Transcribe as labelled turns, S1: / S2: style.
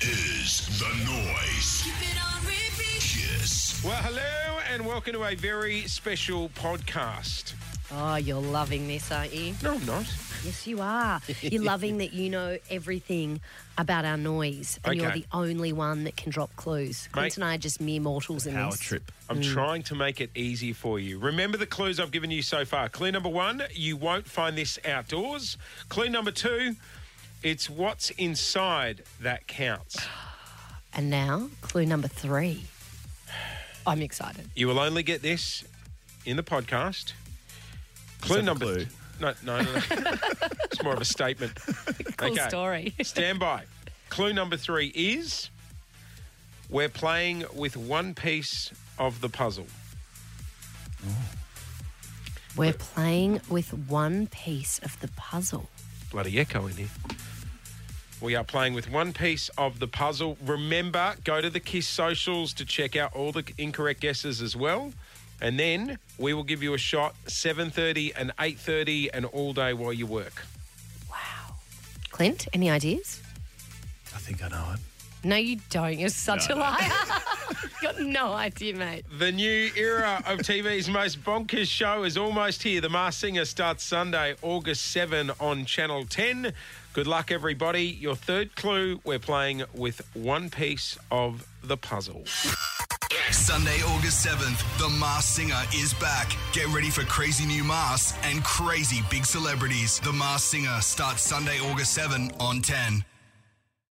S1: Kiss the noise.
S2: Keep it on repeat.
S1: Kiss.
S3: Well, hello and welcome to a very special podcast.
S4: Oh, you're loving this, aren't you?
S3: No, I'm not.
S4: Yes, you are. You're loving that you know everything about our noise, and you're
S3: Okay.
S4: the only one that can drop clues. Clint and I are just mere mortals in this.
S5: Hmm.
S3: I'm trying to make it easy for you. Remember the clues I've given you so far. Clue number one, you won't find this outdoors. Clue number two, it's what's inside that counts.
S4: And now, clue number three. I'm excited.
S3: You will only get this in the podcast. Clue
S5: that the
S3: number.
S5: clue?
S3: No, no, no. no. it's more of a statement.
S4: Cool
S3: Okay.
S4: story.
S3: Stand by. Clue number three is we're playing with one piece of the puzzle.
S4: We're playing with one piece of the puzzle.
S3: Bloody echo in here. We are playing with one piece of the puzzle. Remember, go to the Kiss socials to check out all the incorrect guesses as well. And then we will give you a shot 7:30 and 8:30 and all day while you work.
S4: Wow. Clint, any ideas?
S5: I think I know it.
S4: No, you don't. You're such a liar. Got no idea, mate.
S3: The new era of TV's most bonkers show is almost here. The Masked Singer starts Sunday, August 7 on Channel 10. Good luck, everybody. Your third clue we're playing with one piece of the puzzle.
S1: Sunday, August 7th, The Masked Singer is back. Get ready for crazy new masks and crazy big celebrities. The Masked Singer starts Sunday, August 7 on 10.